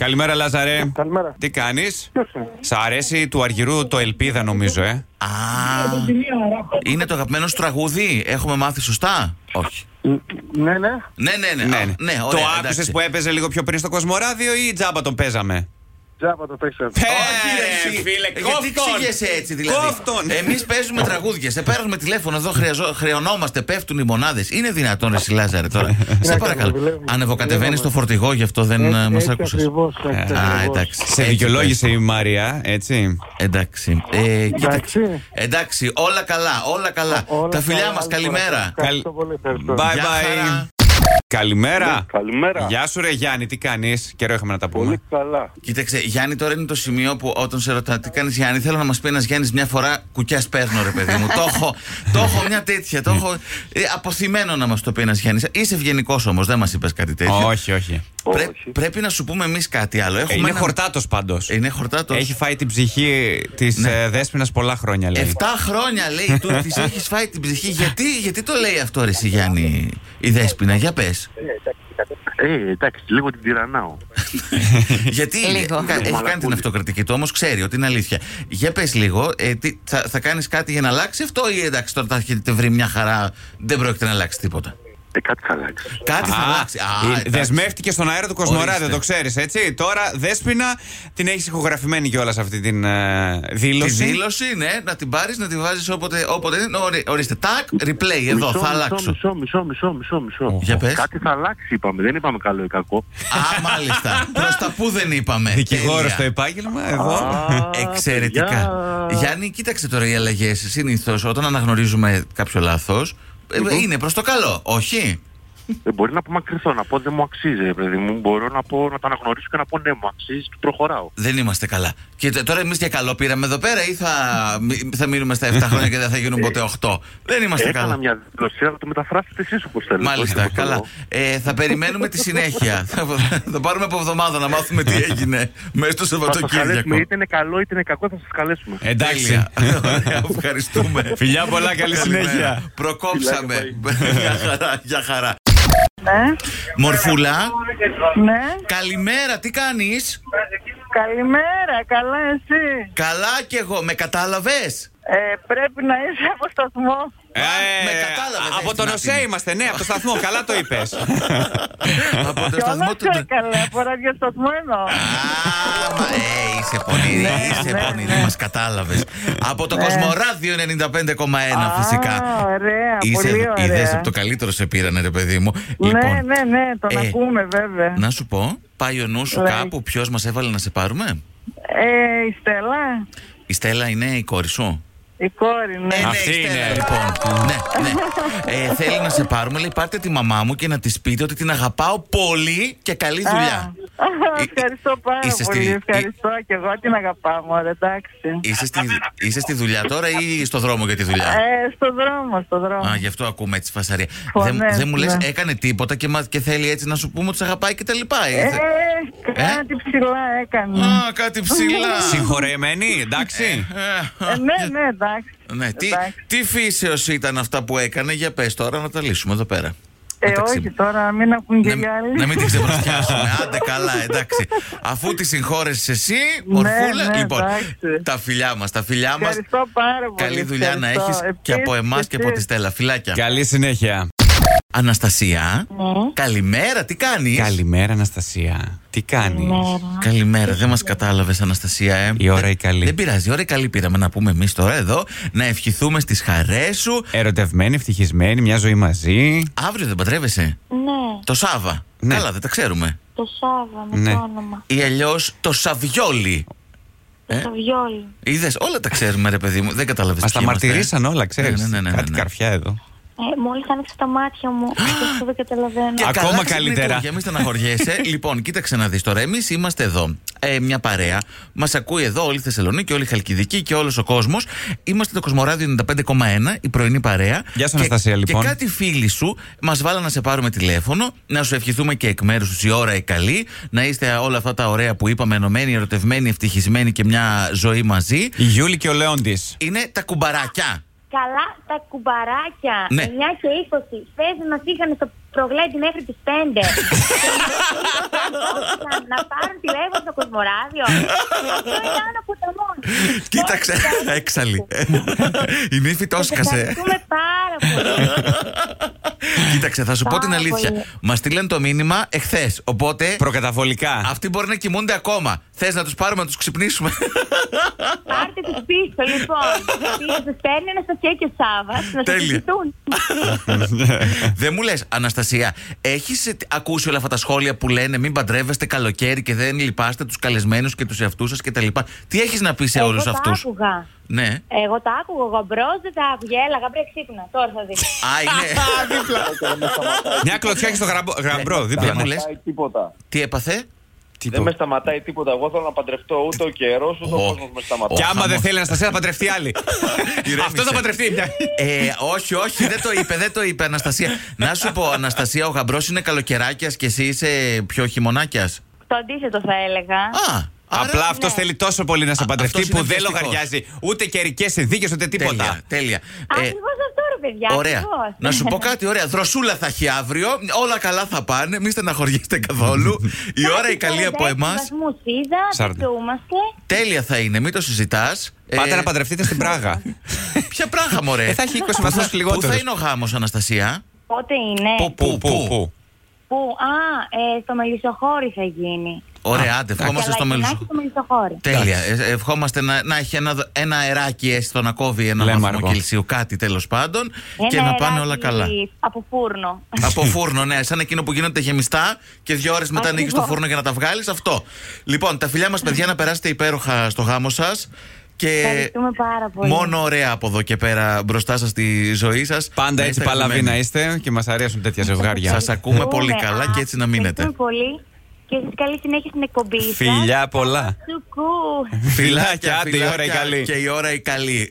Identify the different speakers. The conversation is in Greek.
Speaker 1: Καλημέρα, Λάζαρε.
Speaker 2: Καλημέρα.
Speaker 1: Τι κάνεις.
Speaker 2: Ποιος είναι?
Speaker 1: Σ' αρέσει του Αργυρού το Ελπίδα, νομίζω, ε.
Speaker 3: Α, είναι το αγαπημένο σου τραγούδι. Έχουμε μάθει σωστά. Όχι.
Speaker 2: Ναι, ναι.
Speaker 3: Ναι, ναι, ναι. Α, ναι
Speaker 1: το
Speaker 3: ωραία,
Speaker 1: άκουσες
Speaker 3: εντάξει.
Speaker 1: που Ε, έπαιζε λίγο πιο πριν στο Κοσμοράδιο ή τζάμπα τον παίζαμε. Ε,
Speaker 2: Τζάμπα το παίξατε.
Speaker 3: Όχι, ρε, εσύ. Γιατί ξύγεσαι έτσι, δηλαδή.
Speaker 1: Κόφτον.
Speaker 3: Εμείς παίζουμε τραγούδια. Σε παίρνουμε τηλέφωνο εδώ, χρειαζό- χρεωνόμαστε, πέφτουν οι μονάδες. Είναι δυνατόν, ρε, εσύ, Λάζαρε τώρα. Σε
Speaker 2: κάνουμε,
Speaker 3: παρακαλώ.
Speaker 2: δουλεύουμε.
Speaker 3: Ανεβοκατεβαίνεις
Speaker 2: Δουλεύουμε.
Speaker 3: το φορτηγό, γι' αυτό δεν μα άκουσε.
Speaker 2: Ακριβώς.
Speaker 3: Ε, Α, εντάξει.
Speaker 1: Σε
Speaker 3: Έτσι,
Speaker 1: δικαιολόγησε η Μαρία, έτσι.
Speaker 3: Εντάξει. Ε, κοίταξε.
Speaker 2: Εντάξει.
Speaker 3: Εντάξει, όλα καλά, όλα καλά.
Speaker 2: Όλα
Speaker 3: Τα φιλιά
Speaker 2: καλά,
Speaker 3: μας,
Speaker 2: όλα
Speaker 3: καλημέρα.
Speaker 2: καλά. Ευχαριστώ πολύ, ευχαριστώ.
Speaker 1: Bye
Speaker 3: Γεια
Speaker 1: bye.
Speaker 3: χαρά.
Speaker 1: Καλημέρα.
Speaker 4: Καλημέρα.
Speaker 1: Γεια σου, ρε Γιάννη, τι κάνεις. Καιρό είχαμε να τα
Speaker 4: Πολύ
Speaker 1: πούμε.
Speaker 4: καλά.
Speaker 3: Κοίταξε, Γιάννη, τώρα είναι το σημείο που όταν σε ρωτά τι κάνεις, Γιάννη, θέλω να μας πει ένας Γιάννης μια φορά κουκιάς παίρνω, ρε παιδί μου. το, έχω, το έχω μια τέτοια. Το έχω ε, αποθυμένο να μας το πει ένας Γιάννης. Είσαι ευγενικός όμως, δεν μας είπες κάτι τέτοιο.
Speaker 1: Όχι, όχι.
Speaker 3: Πρέ-
Speaker 4: Όχι.
Speaker 3: πρέπει να σου πούμε εμείς κάτι άλλο. Έχουμε
Speaker 1: Είναι
Speaker 3: ένα-
Speaker 1: χορτάτος πάντως.
Speaker 3: Είναι χορτάτος.
Speaker 1: Έχει φάει την ψυχή της
Speaker 3: Ναι.
Speaker 1: Δέσπινα πολλά χρόνια, λέει.
Speaker 3: Εφτά χρόνια λέει του της έχεις φάει την ψυχή. Γιατί, γιατί το λέει αυτό, ρε εσύ, Γιάννη, η Δέσποινα, για πες.
Speaker 4: Ε, εντάξει, λίγο την τυρανάω.
Speaker 3: Γιατί
Speaker 5: Λίγο.
Speaker 3: κα- έχει κάνει την αυτοκριτική του, όμως ξέρει ότι είναι αλήθεια. Για πες λίγο, ε, τι, θα, θα κάνεις κάτι για να αλλάξει αυτό, ή εντάξει, τώρα θα έχετε βρει μια χαρά, δεν πρόκειται να αλλάξει τίποτα.
Speaker 4: Ε, κάτι θα αλλάξει.
Speaker 3: Κάτι θα
Speaker 1: Α,
Speaker 3: αλλάξει. Α,
Speaker 1: η-
Speaker 3: εντάξει.
Speaker 1: δεσμεύτηκε στον αέρα του Κοσμοράδιο,
Speaker 3: Ορίστε.
Speaker 1: το ξέρεις, έτσι. Τώρα, Δέσποινα, την έχεις ηχογραφημένη κιόλας αυτή την ε,
Speaker 3: Τη
Speaker 1: δήλωση.
Speaker 3: δήλωση, ναι, να την πάρεις, να τη βάζεις όποτε, όποτε είναι. Ορι- ορίστε, τάκ, replay, εδώ,
Speaker 4: Μισό,
Speaker 3: θα
Speaker 4: μισό,
Speaker 3: αλλάξω.
Speaker 4: Μισό, μισό, μισό, μισό, μισό.
Speaker 3: Για πες.
Speaker 4: Κάτι θα αλλάξει, είπαμε. Δεν είπαμε καλό ή κακό.
Speaker 3: Α, μάλιστα. Προς τα που δεν είπαμε.
Speaker 1: Ε, Δικηγόρος
Speaker 3: Τέλεια. Ε,
Speaker 1: στο επάγγελμα, εδώ.
Speaker 4: Α,
Speaker 3: Εξαιρετικά.
Speaker 4: παιδιά.
Speaker 3: Γιάννη, κοίταξε τώρα οι αλλαγές. Συνήθως όταν αναγνωρίζουμε κάποιο λάθος, είναι προς το καλό, όχι.
Speaker 4: Ε, μπορεί να απομακρυνθώ, να πω δεν μου αξίζει, ρε παιδί μου. Μπορώ να, πω, να το αναγνωρίσω και να πω ναι, μου αξίζει και προχωράω.
Speaker 3: Δεν είμαστε καλά. Και τε- τώρα εμείς για καλό πήραμε εδώ πέρα ή θα, μ- θα μείνουμε στα 7 χρόνια και δεν θα γίνουν ποτέ 8. Δεν είμαστε
Speaker 4: Ε, Έκανα
Speaker 3: καλά.
Speaker 4: μια δήλωση, αλλά το μεταφράσετε εσείς όπως θέλετε.
Speaker 3: Μάλιστα,
Speaker 4: όχι όπως
Speaker 3: καλά.
Speaker 4: εγώ.
Speaker 3: Ε, θα περιμένουμε τη συνέχεια. θα, θα πάρουμε από εβδομάδα να μάθουμε τι έγινε μέσα
Speaker 4: Θα
Speaker 3: στο
Speaker 4: σας
Speaker 3: Σαββατοκύριακο.
Speaker 4: καλέσουμε, είτε είναι καλό είτε είναι κακό, θα σας καλέσουμε.
Speaker 1: Εντάξει. Ε,
Speaker 3: Τέλεια. Ωραία, ευχαριστούμε.
Speaker 1: Φιλιά πολλά, καλή
Speaker 3: Καλημέρα.
Speaker 1: συνέχεια.
Speaker 3: Προκόψαμε. για χαρά, για χαρά. Μορφούλα,
Speaker 6: Ναι,
Speaker 3: καλημέρα, τι κάνεις.
Speaker 6: καλημέρα, καλά εσύ.
Speaker 3: Καλά κι εγώ, με κατάλαβες.
Speaker 6: Ε, πρέπει να είσαι από σταθμό.
Speaker 1: Ε,
Speaker 3: με κατάλαβες,
Speaker 1: από
Speaker 3: έτσι,
Speaker 1: τον
Speaker 3: να
Speaker 1: ΟΣΕ
Speaker 3: την-
Speaker 1: είμαστε, ναι, από το σταθμό. Καλά το είπες.
Speaker 3: Από το
Speaker 6: Και όλα
Speaker 3: σταθμό του.
Speaker 6: σε καλά, από ραδιοσταθμό εννοώ.
Speaker 3: Α, μα, ε,
Speaker 6: Ναι,
Speaker 3: είσαι πονηρή, είσαι πονηρή, μας κατάλαβες. Από το Κοσμοράδιο 95,1
Speaker 6: Α,
Speaker 3: ναι, φυσικά.
Speaker 6: Ωραία, πολύ
Speaker 3: Είσαι,
Speaker 6: ωραία.
Speaker 3: είδες, από το καλύτερο σε πήρανε ρε παιδί μου.
Speaker 6: Ναι, ναι, ναι, τον
Speaker 3: ε,
Speaker 6: ακούμε βέβαια.
Speaker 3: Να σου πω, πάει ο νους σου
Speaker 6: Λέει.
Speaker 3: κάπου, ποιος μας έβαλε να σε πάρουμε.
Speaker 6: Ε, η Στέλλα,
Speaker 3: Η Στέλλα είναι η κόρη σου.
Speaker 6: η κόρη, ναι.
Speaker 3: Ε, ναι,
Speaker 1: Αυτή
Speaker 3: η Στέλλα,
Speaker 1: είναι.
Speaker 3: λοιπόν. ναι, ναι. Ε, θέλει να σε πάρουμε, λέει, πάρτε τη μαμά μου και να της πείτε ότι την αγαπάω πολύ και καλή
Speaker 6: Α,
Speaker 3: ναι, δουλειά.
Speaker 6: α,
Speaker 3: Ε,
Speaker 6: Ευχαριστώ πάρα
Speaker 3: είσαι στη-
Speaker 6: πολύ.
Speaker 3: ε,
Speaker 6: Ευχαριστώ και εγώ την αγαπάω, μωρέ, εντάξει.
Speaker 3: Είσαι στη, είσαι στη δουλειά τώρα ή στο δρόμο για τη δουλειά.
Speaker 6: Ε, στο δρόμο, στο δρόμο.
Speaker 3: Α, γι' αυτό ακούμε έτσι φασαρία.
Speaker 6: Φωνές,
Speaker 3: Δεν δεν μου λες,
Speaker 6: ναι.
Speaker 3: έκανε τίποτα και, μα, και θέλει έτσι να σου πούμε ότι σε αγαπάει και τα λοιπά.
Speaker 6: Ε,
Speaker 3: Ε,
Speaker 6: κάτι ψηλά έκανε.
Speaker 3: Α, κάτι ψηλά.
Speaker 1: Συγχωρεμένη, εντάξει.
Speaker 3: Ε,
Speaker 6: ναι. Ε, ναι, ναι, εντάξει.
Speaker 3: Ναι, τι,
Speaker 6: Εντάξει.
Speaker 3: τι φύσεως ήταν αυτά που έκανε, για πες τώρα να τα λύσουμε εδώ πέρα.
Speaker 6: Ε,
Speaker 3: Εντάξει.
Speaker 6: όχι τώρα, μην ακούν και
Speaker 3: Να,
Speaker 6: οι άλλοι.
Speaker 3: να μην την ξεβρασιάσουμε. Άντε καλά, εντάξει. Αφού τη συγχώρεσες εσύ, Μορφούλα.
Speaker 6: ναι,
Speaker 3: λοιπόν,
Speaker 6: εντάξει.
Speaker 3: τα φιλιά μας, τα φιλιά μας.
Speaker 6: Ευχαριστώ πάρα πολύ.
Speaker 3: Καλή δουλειά να
Speaker 6: ευχαριστώ.
Speaker 3: έχεις και από
Speaker 6: Επίσης,
Speaker 3: εμάς και από τη
Speaker 6: εσείς.
Speaker 3: Στέλλα. Φιλάκια.
Speaker 1: Καλή συνέχεια.
Speaker 3: Αναστασία,
Speaker 6: ναι,
Speaker 3: καλημέρα, τι κάνεις
Speaker 1: Καλημέρα, Αναστασία. Τι κάνεις.
Speaker 6: ναι,
Speaker 3: Καλημέρα, δεν μας κατάλαβες, Αναστασία. Ε.
Speaker 1: Η ώρα η καλή.
Speaker 3: Δεν πειράζει, η ώρα η καλή πήραμε να πούμε εμείς τώρα εδώ, να ευχηθούμε στις χαρές σου.
Speaker 1: Ερωτευμένη, ευτυχισμένη, μια ζωή μαζί.
Speaker 3: Αύριο δεν παντρεύεσαι.
Speaker 7: Ναι,
Speaker 3: Το Σάβα.
Speaker 1: Ναι.
Speaker 3: Καλά, δεν τα ξέρουμε.
Speaker 7: το Σάβα με
Speaker 1: Ναι.
Speaker 7: το όνομα.
Speaker 3: Ή αλλιώς το Σαβιόλι. Ε.
Speaker 7: Το βιόλι.
Speaker 3: Είδες, όλα τα ξέρουμε, ρε παιδί μου. Δεν κατάλαβες.
Speaker 1: Μα τα μαρτυρήσαν όλα, ξέρει.
Speaker 3: ε. Ναι, ναι, ναι, ναι,
Speaker 1: Κάτι
Speaker 3: ναι.
Speaker 1: καρφιά εδώ.
Speaker 7: Ε, μόλις άνοιξε τα μάτια μου, αυτό δεν καταλαβαίνω.
Speaker 1: Α, Ακόμα καλύτερα.
Speaker 3: Για μην στεναχωριέσαι. λοιπόν, κοίταξε να δεις τώρα. Εμείς είμαστε εδώ. Ε, μια παρέα. Μας ακούει εδώ όλη η Θεσσαλονίκη, όλη η Χαλκιδική και όλος ο κόσμος. Είμαστε το Κοσμοράδιο 95,1, η πρωινή παρέα.
Speaker 1: Γεια σου,
Speaker 3: Και-
Speaker 1: Αναστασία, λοιπόν.
Speaker 3: Και κάτι φίλοι σου μας βάλα να σε πάρουμε τηλέφωνο, να σου ευχηθούμε και εκ μέρους τους η ώρα η καλή, να είστε όλα αυτά τα ωραία που είπαμε, ενωμένοι, ερωτευμένοι, ευτυχισμένοι και μια ζωή μαζί.
Speaker 1: Η Γιούλη και ο Λέοντης.
Speaker 3: Είναι τα κουμπαράκια.
Speaker 7: Καλά τα κουμπαράκια.
Speaker 3: Ναι.
Speaker 7: 9 και 20. Πες να μας είχαν στο προγλέντι μέχρι τις 5. να πάρουν τηλέφωνο στο Κοσμοράδιο. Αυτό είναι άνω από τα μόνο.
Speaker 3: Κοίταξε, έξαλλη. Η νύφη το έσκασε.
Speaker 7: Ευχαριστούμε πάρα πολύ.
Speaker 3: Κοίταξε, θα σου πω την
Speaker 7: Πάρα
Speaker 3: αλήθεια.
Speaker 7: πολύ.
Speaker 3: Μας στείλαν το μήνυμα εχθές. Οπότε
Speaker 1: Προκαταβολικά.
Speaker 3: αυτοί μπορεί να κοιμούνται ακόμα. Θες να τους πάρουμε να τους ξυπνήσουμε.
Speaker 7: Πάρτε τους πίσω, λοιπόν. Του στέλνει ένα σαφιέ και Σάβα να
Speaker 3: Τέλεια.
Speaker 7: σε συζητούν.
Speaker 3: δεν μου λες, Αναστασία, έχει ακούσει όλα αυτά τα σχόλια που λένε μην παντρεύεστε καλοκαίρι και δεν λυπάστε τους καλεσμένους και τους εαυτούς σας κτλ. Τι έχεις να πεις σε
Speaker 7: Εγώ
Speaker 3: όλους
Speaker 7: τα
Speaker 3: αυτούς.
Speaker 7: άκουγα.
Speaker 3: Ναι.
Speaker 7: Εγώ τα άκουγα, εγώ μπρος δεν τα άκουγα. Έλαγα πριν ξύπνα, τώρα θα δεις.
Speaker 3: Α, είναι.
Speaker 1: Μια κλωτσιά έχει στο γραμπό- γραμπρό,
Speaker 3: δεν
Speaker 1: δίπλα.
Speaker 3: μου
Speaker 1: ναι.
Speaker 3: λε.
Speaker 5: σταματάει τίποτα.
Speaker 3: Τι έπαθε.
Speaker 1: Τι
Speaker 5: Δεν
Speaker 1: πω.
Speaker 5: με σταματάει τίποτα. Εγώ θέλω να παντρευτώ ούτε ο καιρός, ούτε ο
Speaker 3: Ω.
Speaker 5: κόσμος με σταματάει.
Speaker 1: Και άμα
Speaker 3: χαμός.
Speaker 1: δεν θέλει Αναστασία, θα παντρευτεί άλλη. Αυτό
Speaker 3: Ηρέμησε.
Speaker 1: θα παντρευτεί μια.
Speaker 3: Ε, όχι, όχι, δεν το είπε, δεν το είπε Αναστασία. Να σου πω, Αναστασία, ο γαμπρός είναι καλοκαιράκιας και εσύ είσαι πιο χειμωνάκιας.
Speaker 7: Το αντίθετο θα έλεγα.
Speaker 3: Α, άρα-
Speaker 1: Απλά αυτό
Speaker 7: ναι.
Speaker 1: θέλει τόσο πολύ να σε
Speaker 3: Α,
Speaker 1: παντρευτεί
Speaker 3: αυτός είναι
Speaker 1: που δεν
Speaker 3: βιαστικός.
Speaker 1: λογαριάζει ούτε καιρικές συνθήκες ούτε τίποτα.
Speaker 3: Τέλεια, τέλεια. Ε,
Speaker 7: Ακριβώς αυτό ρε παιδιά.
Speaker 3: Ωραία.
Speaker 7: ακριβώς.
Speaker 3: Να σου πω κάτι, ωραία. Δροσούλα θα έχει αύριο. Όλα καλά θα πάνε. Μην στεναχωριέστε καθόλου. Η ώρα η καλή από
Speaker 7: 46
Speaker 3: εμά.
Speaker 7: βαθμούς είδα,
Speaker 1: Σαράντα.
Speaker 7: κοιτούμαστε.
Speaker 3: Τέλεια θα είναι, μην το συζητάς.
Speaker 1: Πάτε
Speaker 3: Ε,
Speaker 1: να παντρευτείτε στην Πράγα.
Speaker 3: Ποια πράγμα, μωρέ.
Speaker 1: Ε, θα έχει 20
Speaker 3: Πού
Speaker 1: βαθμούς
Speaker 3: Πού
Speaker 1: λιγότερους.
Speaker 3: θα είναι ο γάμος, Αναστασία.
Speaker 7: Πότε είναι.
Speaker 3: Πο- Πού, πού.
Speaker 7: Πού. Α, ε, στο Μελισσοχώρι θα γίνει.
Speaker 3: Ωραία, άντε,
Speaker 7: Καλακινάκι
Speaker 3: ευχόμαστε στο μέλλον.
Speaker 7: στο Μελισσοχώρι.
Speaker 3: Τέλεια. Ε, ευχόμαστε να, να έχει ένα, δο- ένα αεράκι έστω να κόβει ένα
Speaker 1: Λέμε
Speaker 3: βαθμό
Speaker 1: αργό.
Speaker 3: Κελσίου, κάτι τέλος πάντων.
Speaker 7: Ένα
Speaker 3: και να πάνε
Speaker 7: αεράκι
Speaker 3: όλα καλά.
Speaker 7: Από φούρνο.
Speaker 3: Από φούρνο, ναι, σαν εκείνο που γίνονται γεμιστά και δύο ώρες μετά
Speaker 7: Ακριβώς.
Speaker 3: ανοίγεις το φούρνο για να τα βγάλεις. Αυτό. Λοιπόν, τα φιλιά μας, παιδιά, να περάσετε υπέροχα στο γάμο σας. Και
Speaker 7: Ευχαριστούμε πάρα πολύ.
Speaker 3: Ε, μόνο ωραία από εδώ και πέρα μπροστά σας στη ζωή σας.
Speaker 1: Πάντα έτσι παλαβή να είστε και μας αρέσουν τέτοια ζευγάρια.
Speaker 3: Σας ακούμε πολύ
Speaker 7: Ευχαριστούμε.
Speaker 3: καλά και έτσι να μείνετε.
Speaker 7: Ευχαριστούμε πολύ και σας καλή συνέχεια στην εκπομπή σας.
Speaker 1: Φιλιά πολλά.
Speaker 7: Τσουκού.
Speaker 1: Φιλάκια, άντε, η ώρα η καλή.
Speaker 3: Και η ώρα η καλή.